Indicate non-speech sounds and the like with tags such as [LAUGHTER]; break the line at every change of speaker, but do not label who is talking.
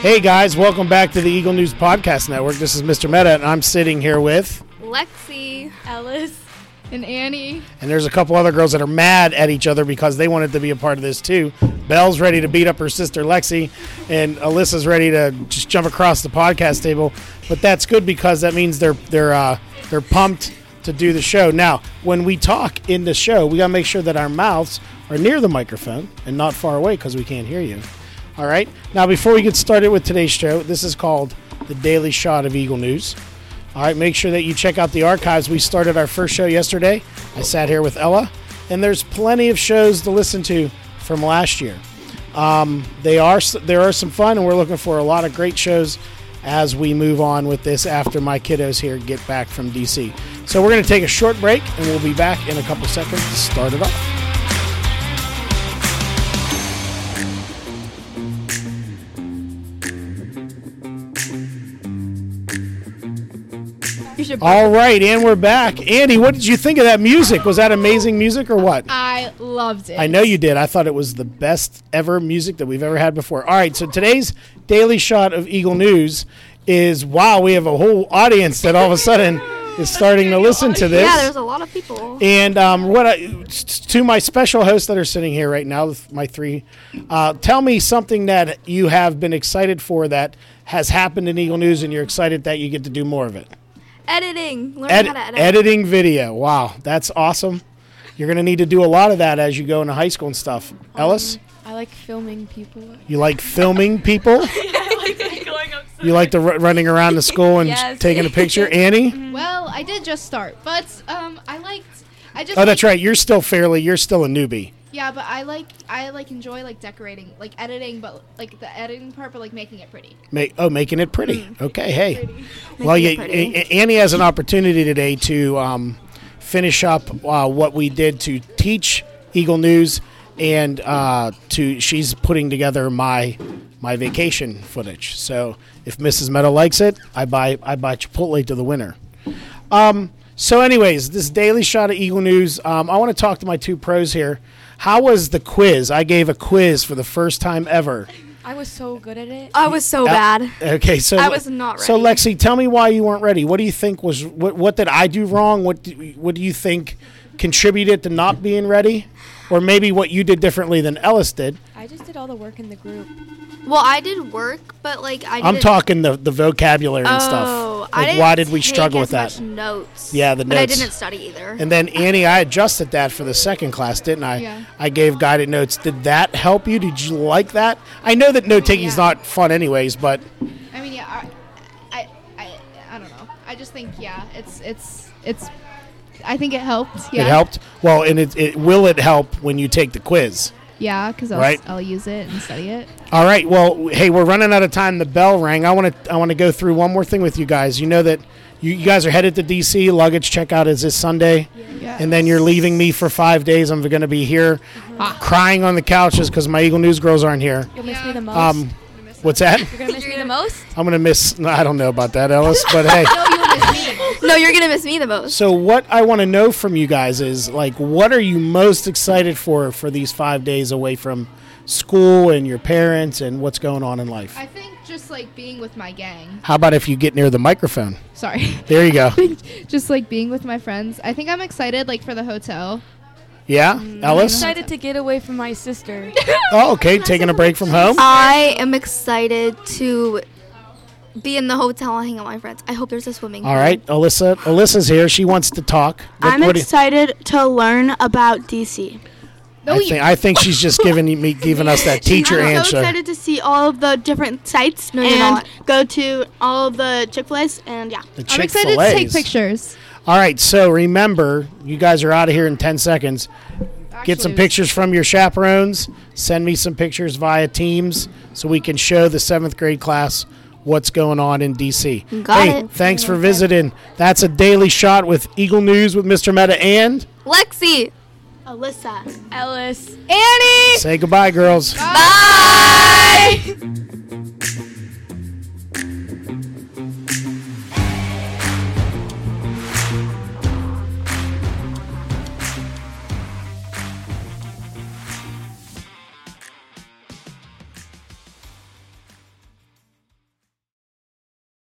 Hey guys, welcome back to the Eagle News Podcast Network. This is Mr. Meta, and I'm sitting here with,
Lexi, Ellis, and Annie.
and there's a couple other girls that are mad at each other because they wanted to be a part of this too. Belle's ready to beat up her sister Lexi, and Alyssa's ready to just jump across the podcast table. But that's good because that means they're they're uh, they're pumped to do the show. Now, when we talk in the show, we gotta make sure that our mouths are near the microphone and not far away because we can't hear you. All right. Now, before we get started with today's show, this is called the Daily Shot of Eagle News. All right, make sure that you check out the archives. We started our first show yesterday. I sat here with Ella, and there's plenty of shows to listen to from last year. Um, they are there are some fun, and we're looking for a lot of great shows as we move on with this after my kiddos here get back from DC. So we're going to take a short break, and we'll be back in a couple seconds to start it off.
You should.
All right, and we're back. Andy, what did you think of that music? Was that amazing music or what?
I loved it.
I know you did. I thought it was the best ever music that we've ever had before. All right, so today's daily shot of Eagle News is wow, we have a whole audience that all of a sudden is starting to listen to this.
Yeah, there's a lot of people.
And um, what I, to my special hosts that are sitting here right now, my three, uh, tell me something that you have been excited for that has happened in Eagle News, and you're excited that you get to do more of it.
Editing. Learn
Ed-
how to edit.
editing video. Wow, that's awesome. You're gonna need to do a lot of that as you go into high school and stuff.
Um,
Ellis,
I like filming people.
you like filming people. You like the r- running around the school and
Yes.
taking a picture,
Mm.
Annie.
Well, I did just start, but um, I liked. I just.
Oh, that's right. You're still fairly. You're still a newbie.
Yeah, but I like. I like enjoy like decorating, like editing, but like the editing part, but like making it pretty.
Make, oh, making it pretty. Okay, hey. Well,
Mm. Making
yeah,
it pretty.
A- A- Annie has an opportunity today to um, finish up uh, what we did to teach Eagle News, and uh, to she's putting together my my vacation footage. So if Mrs. Meadow likes it, I buy I buy Chipotle to the winner. Um, so, anyways, this daily shot of Eagle News. Um, I want to talk to my two pros here. How was the quiz? I gave a quiz for the first time ever.
I was so good at it.
I Oh, was so bad.
Okay, so
I was not
So
ready.
Lexi, tell me why you weren't ready. What do you think was what? What did I do wrong? What do, What do you think contributed to not being ready, or maybe what you did differently than Ellis did?
I just did all the work in the group.
Well, I did work, but like I.
I'm
didn't-
talking the the vocabulary and
Oh,
stuff.
I
Like,
didn't
why did we
take
struggle
as
with
much
that?
Notes.
Yeah, the
but I
notes.
didn't study either.
And then Annie, I adjusted that for the second class, didn't I?
Yeah.
I gave guided notes. Did that help you? Did you like that? I know that note taking's
Yeah.
not fun, anyways, but
I mean, yeah. I, I, I, I don't know. I just think, yeah, it's, it's, it's. I think it helped. Yeah.
it helped. Well, and it, it will it help when you take the quiz.
Yeah, because I'll,
Right.
I'll use it and study it.
All right. Well, hey, we're running out of time. The bell rang. I want to I want to go through one more thing with you guys. You know that you, you guys are headed to DC. Luggage checkout is this Sunday.
Yeah.
And then you're leaving me for five days. I'm going to be here crying on the couches because my Eagle News girls aren't here.
Uh-huh. You'll miss me the most.
Um, what's that?
You're gonna miss me the most.
I'm going to miss. I don't know about that,
[LAUGHS]
Ellis, but hey.
no, you're gonna miss me the most.
So what I want to know from you guys is like what are you most excited for for these 5 days away from school and your parents and what's going on in life?
I think just like being with my gang.
How about if you get near the microphone?
Sorry. [LAUGHS]
There you go.
just like being with my friends. I think I'm excited like for the hotel.
Yeah,
Mm-hmm.
I'm
Ellis.
excited to get away from my [LAUGHS] sister.
Oh, okay, taking a break from home.
I am excited to be in the hotel and hang out with my friends. I hope there's a swimming.
All
pool.
right, Alyssa. Alyssa's here. She wants to talk. What-
I'm
what do you-
excited to learn about DC.
No,
I think, I think she's just giving me giving us
[LAUGHS]
that teacher
I'm so
answer.
excited to see all of the different sites
No, you're
and
not.
go to all of the Chick Fil A's and yeah.
The
I'm excited to take
Chick-fil-A's.
pictures.
All right, so remember, you guys are out of here in ten seconds. Get some pictures from your chaperones. Send me some pictures via Teams so we can show the seventh grade class what's going on in DC.
Got
hey,
it.
thanks for visiting. That's a daily shot with Eagle News with Mr. Meta
[LAUGHS]
and
Lexi.
Alyssa.
Ellis.
say goodbye, girls.
Bye.